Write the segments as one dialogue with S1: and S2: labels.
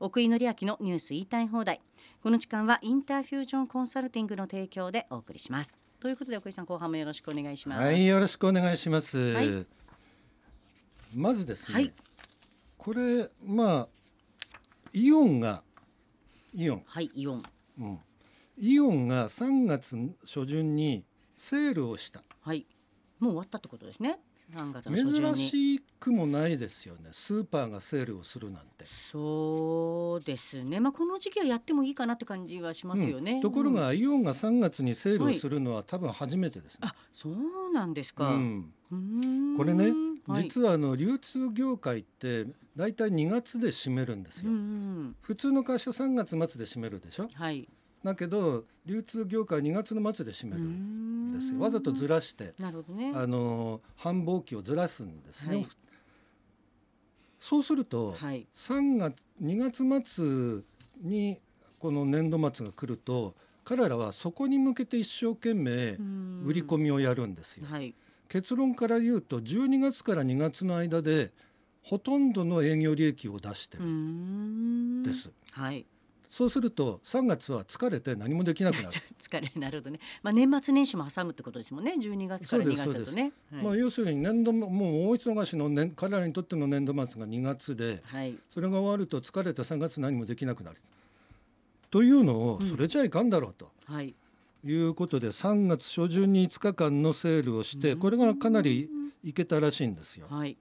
S1: 奥井紀明のニュース言いたい放題この時間はインターフュージョンコンサルティングの提供でお送りしますということで奥井さん後半もよろしくお願いします
S2: はい、よろしくお願いします。
S1: はい
S2: まずですね、
S1: はい
S2: これまあイオンがイオン、
S1: はいイオン
S2: うん、イオンが3月初旬にセールをした
S1: はいもう終わったってことですね3月の初旬に
S2: 珍しくもないですよねスーパーがセールをするなんて。
S1: そうですねまあこの時期はやってもいいかなって感じはしますよね、
S2: うんところ
S1: うん
S2: が、イオンが3月にセールをするのは多分初めてですね。
S1: あそうなんですか、
S2: うん、
S1: うーん
S2: これね
S1: はい、
S2: 実はあの流通業界って大体2月で締めるんです
S1: う
S2: よ。
S1: んうん
S2: 普通の会社3月末で締めるでしょ
S1: はい
S2: だけど流通業界は2月の末で締めるんですよわざとず
S1: ら
S2: らして
S1: なるほどね
S2: あのー繁忙期をずらすんですね、
S1: はい
S2: そうすると、
S1: はい
S2: 3月2月末にこの年度末が来ると彼らはそこに向けて一生懸命売
S1: 売
S2: り込みをやるんですよ、
S1: はい
S2: 結論から言うと12月から2月の間でほとんどの営業利益を出して
S1: うー
S2: る
S1: ん
S2: んです、
S1: はい
S2: そうすると3月は疲れて何もできなくなる
S1: 疲れなるほどねまあ年末年始も挟むってことですもんね12月から
S2: そう
S1: 2
S2: です
S1: 月だとねはい
S2: まあ、要するに年度ももう大忙しの年彼らにとっての年度末が2月で
S1: はい
S2: それが終わると疲れて3月何もできなくなるというのを
S1: うん
S2: それじゃいかんだろうと
S1: はい
S2: いうことで3月初旬に5日間のセールをしてこれがかなりいけたらしいんですよ。
S1: はい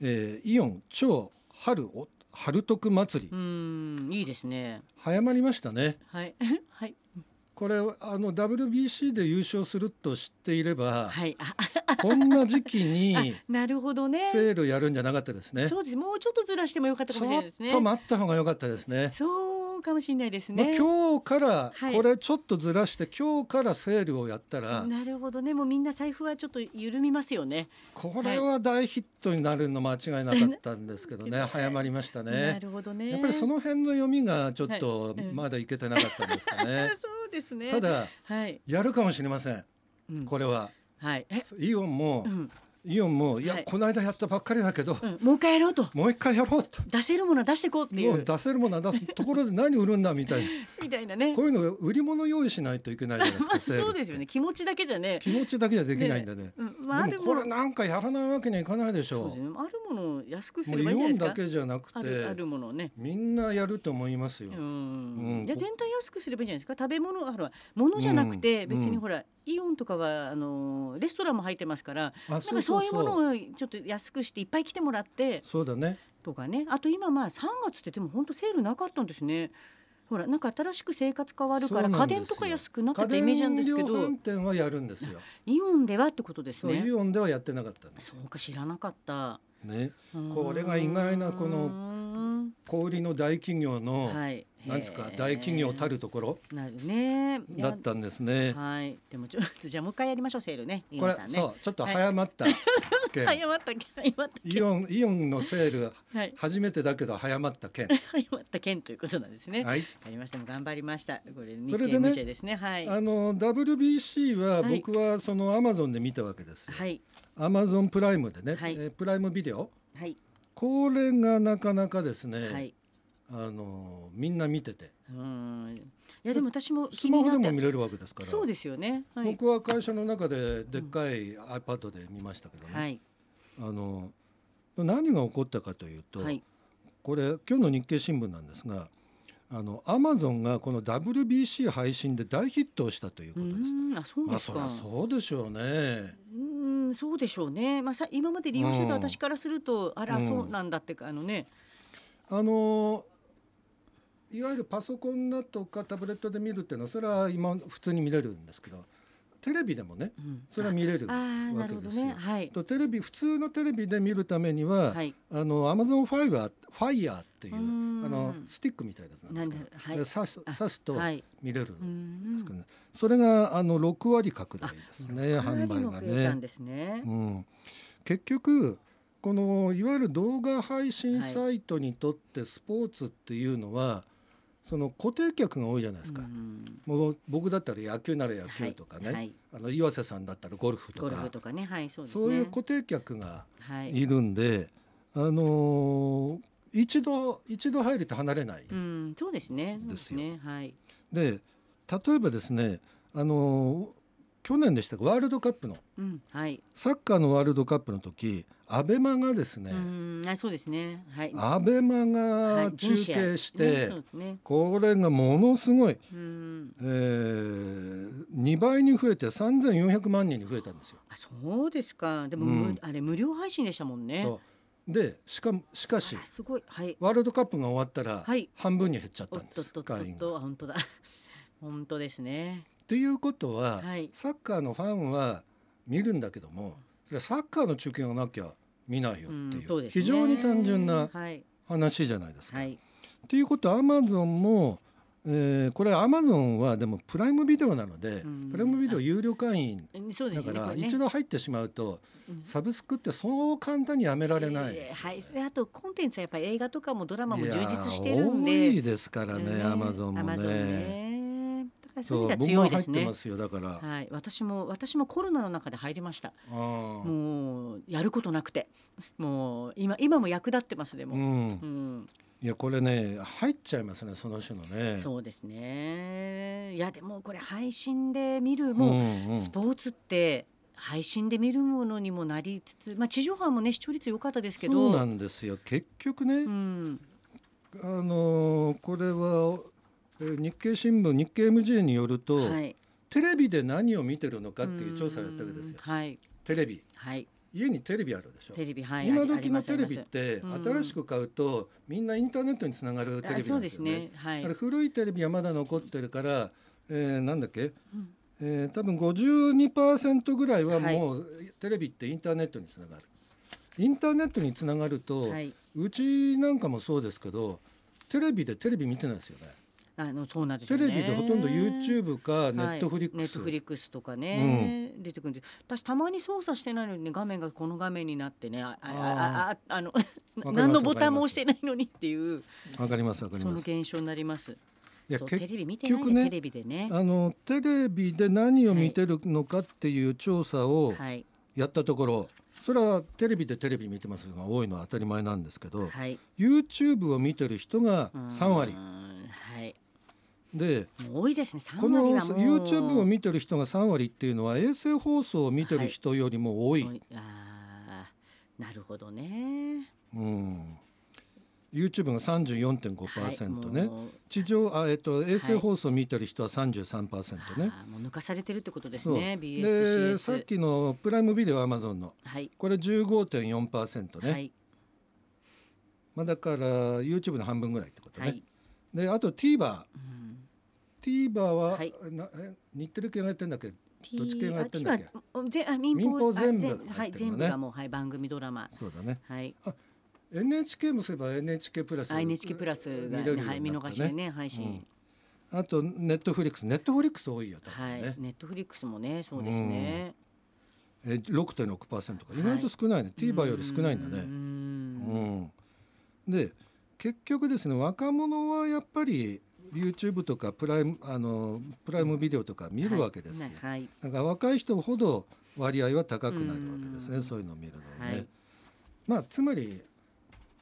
S2: えーイオン超春お春徳祭り
S1: うーんいいですね
S2: 早まりましたね。
S1: はい はい
S2: これあの WBC で優勝すると知っていれば、
S1: はいあ
S2: こんな時期 に
S1: なるほどね
S2: セールやるんじゃなかったですね。
S1: そうですもうちょっとずらしてもよかった
S2: ち
S1: かもしれ
S2: ょ
S1: な
S2: っ
S1: いですね
S2: と待った方が良かったですね。
S1: そうかもしれないです
S2: まあ
S1: ね、
S2: 今日から
S1: はい
S2: これちょっとずらして、今日からセールをやったら
S1: なるほどねもうみんな財布はちょっと緩みますよね
S2: これは大ヒットになるの間違いなかったんです けどね早まりました
S1: な
S2: ね。
S1: るほどね
S2: やっぱりその辺の読みがちょっと
S1: はいうん
S2: まだいけてなかったんですか
S1: あ
S2: ね。
S1: そうですね
S2: ただ
S1: はい、
S2: やるかもしれません
S1: うん
S2: これは。
S1: はいえ
S2: イオンも
S1: うん
S2: イオンもい
S1: は
S2: や
S1: い
S2: この間やったばっかりだけど
S1: うん、もう一回やろうと
S2: もう一回やろうと。
S1: 出せるものは出していこうってい
S2: も
S1: う
S2: う出せるものは出すところで何売るんだみたい な
S1: みたいなね
S2: こういうの売り物用意しないといけないじゃないです
S1: まあ
S2: かセールって。
S1: そうですよね気持ちだけじゃね
S2: 気持ちだけじゃできないんだね。
S1: うんまあ、あ
S2: で
S1: る
S2: もこ
S1: もの
S2: れなんかやらないわけにはいかないでし
S1: そうで
S2: ょ
S1: すねあるものを安く
S2: う。
S1: す
S2: も
S1: れ
S2: う
S1: ばいい
S2: イ
S1: んじゃないで
S2: オン
S1: す
S2: だ
S1: か
S2: けじゃなく
S1: あるあ
S2: て
S1: るものをね
S2: みんなやると思いますよ
S1: う。ん、
S2: うん
S1: いや
S2: こ
S1: 全体安くすればいいじゃないですか食べ物ほら物じゃなくて
S2: うん
S1: 別に
S2: うん
S1: ほら、イオンとかはあのレストランも入ってますから
S2: あ
S1: なんかそういうも
S2: そう
S1: のをちょっと安くしていっぱい来てもらって
S2: そうだね。
S1: とかねあと今まあ3月ってでも本当セールなかったんですねほらなんか新しく生活変わるから
S2: そう
S1: 家
S2: なんですよ
S1: 電とか安くなって
S2: 家
S1: たイメージなん
S2: 電
S1: です
S2: 量
S1: けど
S2: 販店はやるんですよ。
S1: イオンではってことです
S2: そう
S1: ね
S2: イオンではやってなかったんです。
S1: そうか知らなかった
S2: ね。
S1: こ
S2: これが意外なこの
S1: の
S2: 小売りの大企業の、
S1: はい
S2: なんですか大企業た
S1: る
S2: るところ
S1: なるねい
S2: だ
S1: や
S2: ったんですね。
S1: はいでもちょっとじゃあもう一回やりましょうセールねイ
S2: こ
S1: オン
S2: れ
S1: さんね
S2: そうちょっと早まった件。
S1: 早まったけ早まった
S2: イオンイオンのセール
S1: はい
S2: 初めてだけど早まっ た件。
S1: 早まった件ということなんですねわ
S2: はい。
S1: かりましたもう頑張りましたこれ日
S2: それ
S1: 経
S2: でね
S1: 無事ですねはい
S2: あの WBC は
S1: はい
S2: 僕はそのアマゾンで見たわけですよ。
S1: はい
S2: アマゾンプライムでね、
S1: はい
S2: えープライムビデオ
S1: はい
S2: これがなかなかですね、
S1: はい
S2: あのーみんな見てて
S1: うんいやでも私も
S2: ス
S1: 気
S2: マ
S1: に
S2: ホ
S1: な
S2: で
S1: っ
S2: も見
S1: て
S2: れるわけですから
S1: そうですよねはい
S2: 僕は会社の中ででっかい iPad で見ましたけどね、
S1: はい
S2: あのー何が起こったかというと、
S1: はい
S2: これ今日の日経新聞なんですがあのアマゾンがこの WBC 配信で大ヒットをしたという
S1: う
S2: ことです。
S1: んあそう
S2: ま
S1: で
S2: あ
S1: す
S2: そ
S1: か
S2: りゃそうでしょうね。
S1: うーん、そうでしょうね。まあ、さ、今まで利用してた私からすると、あら、
S2: うん
S1: そうなんだってか、あのね。
S2: あのいわゆるパソコンだとかタブレットで見るっていうのはそれは今普通に見れるんですけどテレビでもね
S1: うん
S2: それは見れる
S1: ああー、な
S2: わ
S1: る
S2: け
S1: ほど
S2: ですよ
S1: ね。。はい。
S2: とテレビ普通のテレビで見るためには、
S1: はい。
S2: あのアマゾンファイヤーファイヤーっていう
S1: う
S2: あ
S1: ーん
S2: のスティックみたいなやつなんで
S1: な
S2: すけ
S1: ん
S2: ど、
S1: だはい
S2: 刺す
S1: あ
S2: 刺すと
S1: はい。
S2: 見れるん
S1: う
S2: ですけど
S1: ん。
S2: ねそれがあの6割拡大ですね
S1: かな
S2: 販
S1: り
S2: 売
S1: の
S2: が
S1: 増えたん
S2: ね。
S1: ですね
S2: う。ん、結局このいわゆる動画配信
S1: はい
S2: サイトにとってスポーツっていうのは、その固定客が多いじゃないですか、
S1: うん
S2: もう僕だったら野球なら野
S1: は
S2: 球
S1: い
S2: とかね、
S1: はい
S2: あの岩瀬さんだったらゴルフと
S1: ゴ
S2: か
S1: ルフとかね、はい、そうですね。
S2: そういう固定客が
S1: はい。
S2: いるんで、あのー一度一度入ると離れない、
S1: うん、そうですね。そう
S2: で
S1: です
S2: すよ
S1: ね。はい。
S2: で例えばですねあの去年でしたかワールドカップの
S1: うん、はい。
S2: サッカーのワールドカップの時アベマがですね、
S1: うん、あ、そうですね。はい。
S2: アベマ
S1: は
S2: が
S1: い
S2: 中
S1: 人試合
S2: 継し
S1: ね
S2: て、
S1: そうですね。
S2: これがものすごい、
S1: うん。
S2: えー、2倍に増えて3400万人に増えたんですよ。
S1: あ、そうですか。でも、
S2: うん
S1: むあれ無料配信でしたもんね。
S2: そうでしかもしかし
S1: あらすごい。はい。
S2: ワールドカップが終わったら
S1: はい
S2: 半分に減っちゃっ
S1: お
S2: た
S1: っ
S2: んで
S1: とっ
S2: す、
S1: とっとっ
S2: 会員が。っ
S1: と、あ本当だ。 本当ですね。
S2: ていうことは、
S1: はい
S2: サッカーのファンは見るんだけどもそれはサッカーの中継がなきゃ見ないよっ
S1: う
S2: て
S1: ん
S2: い、う,、
S1: そうですね。
S2: 非常に単純な
S1: はい。
S2: 話じゃないですか。
S1: はい。
S2: っていうことはアマゾンも、えーこれアマゾンはでもプライムビデオなので、
S1: うん
S2: プライムビデオ有料会員
S1: うんそうで
S2: だ
S1: すよ
S2: か
S1: ね。こ
S2: ら
S1: れね
S2: 一度入ってしまうと
S1: うん
S2: サブスクってそう簡単にやめられな
S1: え
S2: いで
S1: ー
S2: す
S1: は
S2: よね、
S1: い、であとコンテンツはやっぱり映画とかもドラマも充
S2: いや
S1: 実
S2: ー
S1: してるん
S2: 多い
S1: で。
S2: ですからね、アマゾンも
S1: Amazon
S2: ね。
S1: ねだからそういう
S2: そ
S1: 意味
S2: う
S1: で
S2: 僕
S1: は強
S2: も
S1: いで
S2: 入っ
S1: す
S2: て
S1: ね
S2: ま。すよだから。
S1: はい、私も私もコロナの中で入りました。
S2: あー
S1: もうやることなくて、もう今今も役立ってますで
S2: う
S1: も。
S2: ん
S1: う、ん、
S2: いやこれね入っちゃいますねその種のね。
S1: そうですね。いやでもこれ配信で見る
S2: う
S1: も
S2: んうん
S1: スポーツって配信で見るものにもなりつつ、まあ地上波もね視聴率良かったですけど、
S2: そうなんですよ結局ね、
S1: うん、
S2: あのーこれは、えー日経新聞日経 MJ によると、
S1: はい。
S2: テレビで何を見てるのかっていう調査をやったわけですよ
S1: うんはい
S2: テレビ
S1: はい。
S2: 家にテレビあるでしょ
S1: テレビはい。あ
S2: 今
S1: りあ
S2: 時
S1: り
S2: の
S1: ます
S2: テレビって
S1: あります
S2: 新しく買うとみんなインターネットにつながるテレ
S1: あ
S2: ビ
S1: そ
S2: な
S1: うんで
S2: ですすよね
S1: ね。は
S2: だ
S1: い
S2: か。ら古いテレビはまだ残ってるから、えーなんだっけ、
S1: うん
S2: えー多分52%ぐらいはもうテレビってインターネットにつながるインターネットにつながると、
S1: はい。
S2: うちなんかもそうですけどテレビでテレビ見てないですよね
S1: あのそうなんです
S2: テ
S1: よね。
S2: レビでほとんど YouTube か
S1: はい
S2: Netflix、
S1: Netflix とかね、出てくるんで私たまに操作してないのにね画面がこの画面になってねあああああの
S2: ます
S1: 何のボタンも押してないのにっていう
S2: わかりますわかり
S1: その
S2: ます
S1: 現象になります。
S2: いや
S1: そうテ
S2: 結
S1: レビ見てない
S2: 結
S1: ね
S2: 局ね
S1: テレビでね。
S2: あのテレビで何を見てるのかっていう調査を
S1: はい
S2: やったところ、それはテレビでテレビ見てますが多いのは当たり前なんですけど、
S1: はい。
S2: YouTube を見てる人が
S1: うん
S2: 3割
S1: はい。
S2: で
S1: もう多いですね三
S2: こ
S1: 割
S2: の
S1: はもう。
S2: YouTube を見てる人が3割っていうのは衛星放送を見てる人よりも多い、
S1: 多いあーなるほどね。
S2: うん、YouTube が34.5%ね、
S1: はいもう
S2: 地上あ、えっと、衛星
S1: はい
S2: 放送を見てる人は33%ね。
S1: あーもう抜かされてるってことです
S2: そう
S1: ね。
S2: でさっ
S1: BSCS。
S2: きのプライムビデオアマゾンの
S1: はい。
S2: これ15.4%ね、
S1: はい。
S2: まあ、だから YouTube の半分ぐらいってことね、
S1: はい。
S2: であと TVerTVer
S1: うん
S2: は、
S1: はい
S2: なえ日テレ系がやってんだっけどっち系
S1: T-
S2: がやってんだっけ
S1: あ今ぜあ民放
S2: 民放
S1: あ
S2: 全部
S1: ぜはい
S2: やってるのね
S1: 全部がもうはい番組ドラマ
S2: そうだね
S1: はい
S2: NHK もそういえば NHK プラス
S1: NHK プラスが
S2: 見れるようになったね
S1: はい見逃しでね配信
S2: あと Netflix Netflix 多いよ多
S1: は
S2: 分
S1: い
S2: ね、
S1: ネットフリックスもねそうですね
S2: え6.6%か意外と少ないね、TVer より少ないんだ
S1: う
S2: ね
S1: ーん
S2: うん、で結局ですね若者はやっぱり YouTube とかプライムあのプライムビデオとか見るわけですよ、
S1: はい
S2: だから若い人ほど割合は高くなるわけです
S1: う
S2: ね
S1: ん
S2: そういうのを見るのはね、
S1: はい
S2: まあつまり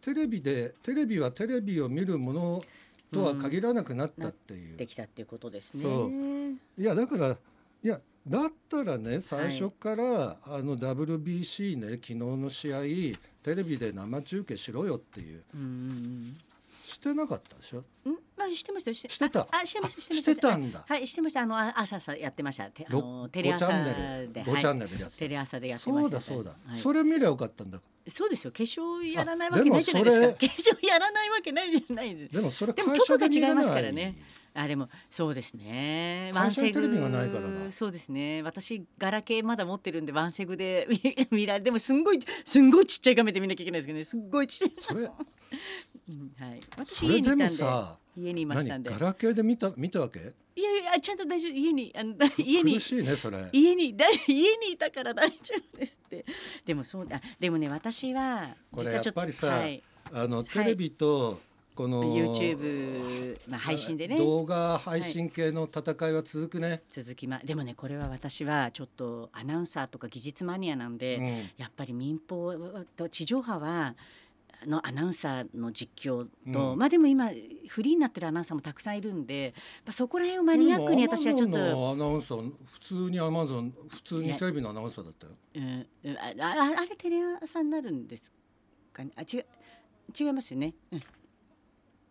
S2: テレビでテレビはテレビを見るものとは限らなくなったっていう、
S1: できたっていうことですね
S2: そういやだからいやだったらね最初から、あの WBC ね昨日の試合テレビで生中継しろよっていう
S1: うんうん
S2: してなかったでしょ
S1: うんんまあしてましたよし
S2: してた
S1: ああしてましたしてまし
S2: したてたんだ
S1: はいしてましたあのあ朝朝やってましたてあの
S2: ろ
S1: テレ朝
S2: ごチャンネ
S1: で
S2: ル5チャ
S1: は
S2: ン
S1: い
S2: ネルでやって
S1: テ
S2: た
S1: レ朝でやってまし
S2: そう
S1: た
S2: だそうだ、
S1: はい
S2: それ見りゃよかったんだ
S1: そうですよ化粧やらない
S2: あ
S1: わけないじゃないで
S2: ですも
S1: か化粧やらないわけないじゃないです
S2: でもそれ
S1: でも
S2: 会社で見
S1: 局が違い
S2: れない
S1: ますからねあでもそうです ね
S2: 会社に
S1: ワンセグ
S2: テレビがないからだ
S1: そうですね私ガラケーまだ持ってるんでワンセグで見 られでもすんごいすんごいちっちゃい画面で見なきゃいけないですけどねすっごいちっちゃい、
S2: それ
S1: うんはい、
S2: そ
S1: 私
S2: れ
S1: 家にいたん
S2: でも
S1: で
S2: さ
S1: 家にいましたん
S2: 何
S1: で
S2: ガラケーで見た見たわけ
S1: いやいやちゃんと大丈夫家にあの家に
S2: 苦しいねそれ
S1: 家にだ 家にいたから大丈夫ですってでもそうだでもね私は
S2: こ
S1: 実
S2: れ
S1: は
S2: や
S1: ちょ
S2: っ
S1: っと
S2: ぱりさ、
S1: はい、
S2: あの
S1: はい
S2: テレビとこの
S1: YouTube、まあ、配信でね
S2: 動画配信系の戦いは続くね、
S1: 続きまでもねこれは私はちょっとアナウンサーとか技術マニアなんで、
S2: うん
S1: やっぱり民放と地上波はのアナウンサーの実況と、まあでも今フリーになってるアナウンサーもたくさんいるんで、まあ、そこら辺をマニアックに私はちょっ
S2: で
S1: と、
S2: もアナウンサー普通にアマゾン普通にテレビのアナウンサーだったよ。
S1: うん、うんあああれテレ朝になるんですかねあ違う違いますよね。うん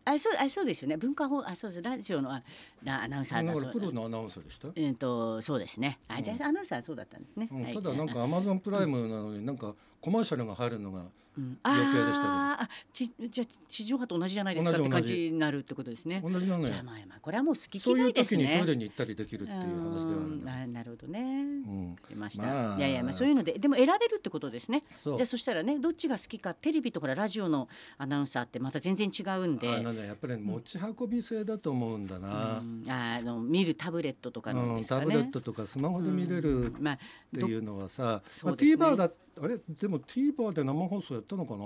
S1: あそうあそうですよね文化放あそうですラジオのあラアナウンサーだ
S2: だか
S1: そ
S2: ら
S1: う
S2: プロのアナウンサーでしたよ。
S1: うんとそうですねあじゃあアナウンサーはそうだったんですね、
S2: うん
S1: はい
S2: ただなんかアマゾンプライムなのになんかコマーシャルが入るのが
S1: うん
S2: 余計でしたけど
S1: あーあちじゃあ地上波と同じじゃないですかっ
S2: 同
S1: て
S2: じ
S1: 感
S2: 同じ
S1: じになるってことですね
S2: 同じなのよ
S1: じゃあ。まあまあこれはもう好き
S2: そうい
S1: 嫌
S2: う
S1: いです
S2: 時
S1: ね
S2: にトイレに行ったりできるっていう話ではあるん
S1: う
S2: だけ
S1: ん
S2: ど。
S1: ななるほどね
S2: うん
S1: 出ました、
S2: まあ
S1: いやいやまあそういうのででも選べるってことですね
S2: そう
S1: じゃあそしたらねどっちが好きかテレビとほらラジオのアナウンサーってまた全然違うんで
S2: あのねやっぱり持ち運び性だと思うんだな
S1: う。んああの見るタブレットとかの
S2: う
S1: で
S2: ん
S1: すか
S2: タ
S1: ね、
S2: ブレットとかスマホで見れるっ
S1: まあ
S2: ていうのはさ、
S1: そ
S2: ま
S1: う
S2: あ、
S1: ですね
S2: TVer だあれでも TVer で生放送やったのかな、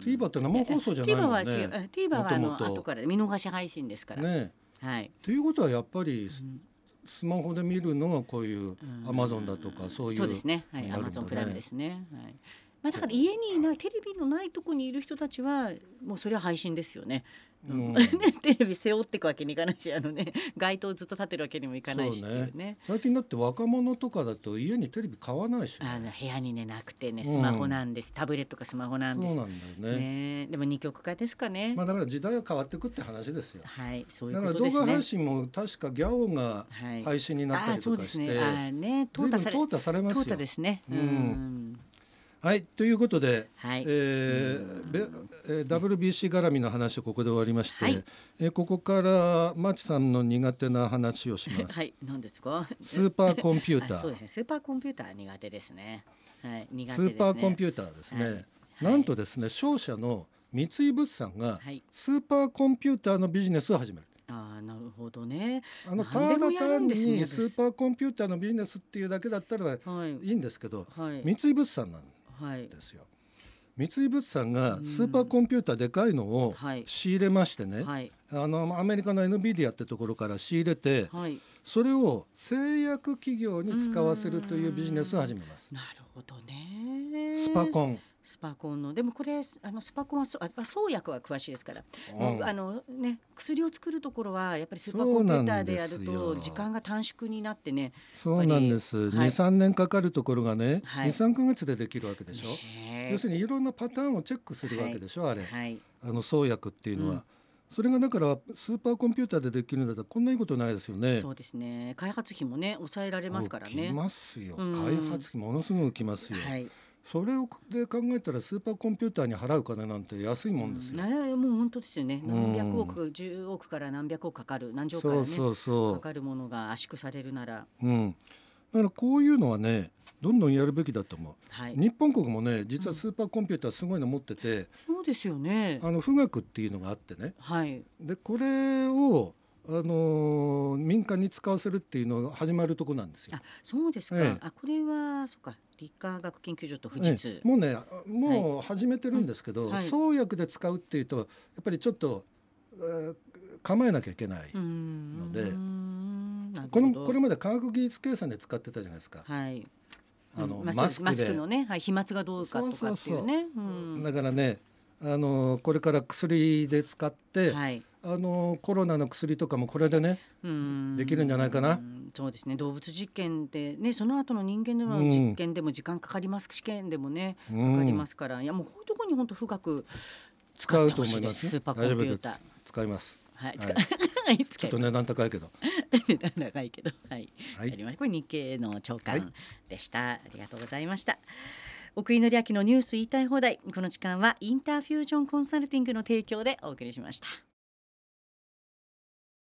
S2: TVer って生放送じゃな
S1: テ
S2: い
S1: ィーバ
S2: も
S1: は
S2: ん
S1: 違
S2: ね
S1: ううん TVer はあの
S2: もともと
S1: 後から見逃し配信ですから、
S2: ね
S1: はい
S2: ということはやっぱりスマホで見るのはこういうアマゾンだとかそういう
S1: そうですね。はい、
S2: の
S1: ア
S2: がある
S1: マ
S2: ん
S1: ゾ
S2: だ
S1: ンプライムですね。はい。まあだから家にいないテレビのないとこにいる人たちはもうそれは配信ですよね。う、
S2: うん ん
S1: ねテレビ背負っていくわけにいかないし、あのね 街灯ずっと立てるわけにもいかないしって
S2: そ
S1: いうう
S2: ね
S1: ね。
S2: 最近だって若者とかだと家にテレビ買わないしね、
S1: あの部屋にねなくてねスマホなんです、タブレットかスマホなんで
S2: そ
S1: す
S2: うなんだよ
S1: ね
S2: ね
S1: でも二極化ですかね、
S2: まあだから時代は変わってくって話ですよ
S1: はいそうい
S2: だ
S1: うこ
S2: から
S1: と
S2: 動
S1: ですね
S2: 画配信も確かギャオが
S1: はい
S2: 配信になったりとかして、
S1: あーそうですねあーね淘
S2: 随
S1: 汰
S2: 分
S1: され
S2: 淘汰されますよ
S1: 淘汰ですね
S2: うん
S1: うん
S2: はいということで、
S1: はい
S2: えーべえー WBC 絡みの話をここで終わりまして、
S1: はい
S2: えーここからマーチさんの苦手な話をします。
S1: はい何ですか
S2: スーパーコンピュータ
S1: あそうで
S2: ー、
S1: すね。スーパーコンピューター苦手ですね。はい、苦手です
S2: ス
S1: ね。
S2: ーパーコンピ
S1: ュー
S2: ューターですね。
S1: はい
S2: なんとですね、商社の三井物産が
S1: はい
S2: スーパーコンピューターのビジネスを始める。
S1: ター。あーなるほどね。
S2: あのた
S1: 何で
S2: だ
S1: もやるん
S2: 単
S1: ですね
S2: にスーパーコンピューターのビジネスっていうだけだったらい
S1: はい
S2: いんですけど、
S1: はい
S2: 三井物産なん
S1: はい
S2: ですよ。三井物産がスーパーコンピューターでかいのを
S1: はい
S2: 仕入れましてね、
S1: はい
S2: あのアメリカの NVIDIA ってところから仕入れて、
S1: はい。
S2: それを製薬企業に使わせるというビジネスを始めます。
S1: なるほどね。
S2: スパ
S1: ン。
S2: コン、
S1: スパコンのでもこれあのスパコンはそうあ創薬は詳しいですから、
S2: うん
S1: もうあのね薬を作るところはやっぱりスーパーコンピューターでやる
S2: そうな
S1: と
S2: んですよ
S1: 時間が短縮になってね。
S2: そうなんです。
S1: はい
S2: 二三年かかるところがね、
S1: はい
S2: 二三ヶ月でできるわけでしょ。
S1: ね
S2: 要するにいろんなパターンをチェックするわけでしょ、あれ、
S1: はい。
S2: あの創薬っていうのは、それがだからスーパーコンピューターでできるんだったらこんないいことないですよね。
S1: そうですね。開発費もね抑えられますから
S2: 浮き
S1: ね。
S2: ますよ。
S1: うん
S2: 開発費ものすごく浮きますよ。
S1: はい。
S2: それをで考えたらスーパーコンピューターに払う金なんて安いもんですよ。
S1: ね、もう本当ですよね。
S2: う
S1: 何
S2: ん
S1: 百億、十億から何百億かかる、何兆から
S2: そ
S1: ね。
S2: うそう
S1: か
S2: そ
S1: かるものが圧縮されるなら、
S2: う。うん。だからこういうのはね、どんどんやるべきだと思う。
S1: はい。
S2: 日本国もね、実はスーパーコンピューターすごいの持ってて、
S1: そうですよね。
S2: あの富岳っていうのがあってね、
S1: はい。
S2: でこれをあのー民間に使わせるっていうのが始まるとこなんですよ
S1: あ。、そうですか。
S2: ええ
S1: あ、これは、そうか、理化学研究所と富士
S2: え
S1: 通。
S2: えもうねもう始めてるんですけど、
S1: はい
S2: 創薬で使うっていうとやっぱりちょっと、えー構えなきゃいけない、
S1: うーん。
S2: ので
S1: なるほ
S2: こ
S1: ど
S2: のこれまで科学技術計算で使ってたじゃないですか、
S1: はい。
S2: あの
S1: うんまあ
S2: マス
S1: そうですマ
S2: ク
S1: ス
S2: で
S1: クのね、はい、飛沫がどうかとかっていうね。うん
S2: だからねあのこれから薬で使って、
S1: はい。
S2: あのコロナの薬とかもこれでね
S1: うん
S2: できるんじゃないか
S1: う
S2: な
S1: んそうですね動物実験でねその後の人間での実験でも時間かかります、試験でもねか
S2: うん
S1: かりますから、いやもうこういうところに本当富岳
S2: 使
S1: っ
S2: う
S1: て
S2: と
S1: ほ
S2: 思
S1: し
S2: い
S1: で
S2: ますす
S1: スー
S2: よ
S1: パーコンピューター
S2: 大丈夫です使います
S1: はい
S2: は
S1: 使 い
S2: い
S1: いつ
S2: ちょ
S1: か
S2: っと値段高いけど
S1: 値段長いけどはい、
S2: はい
S1: やりましたこれ日経の長
S2: は
S1: 官でした、ありがとうございました奥井紀明のニュース言いたい放題この時間はインターフュージョンコンサルティングの提供でお送りしました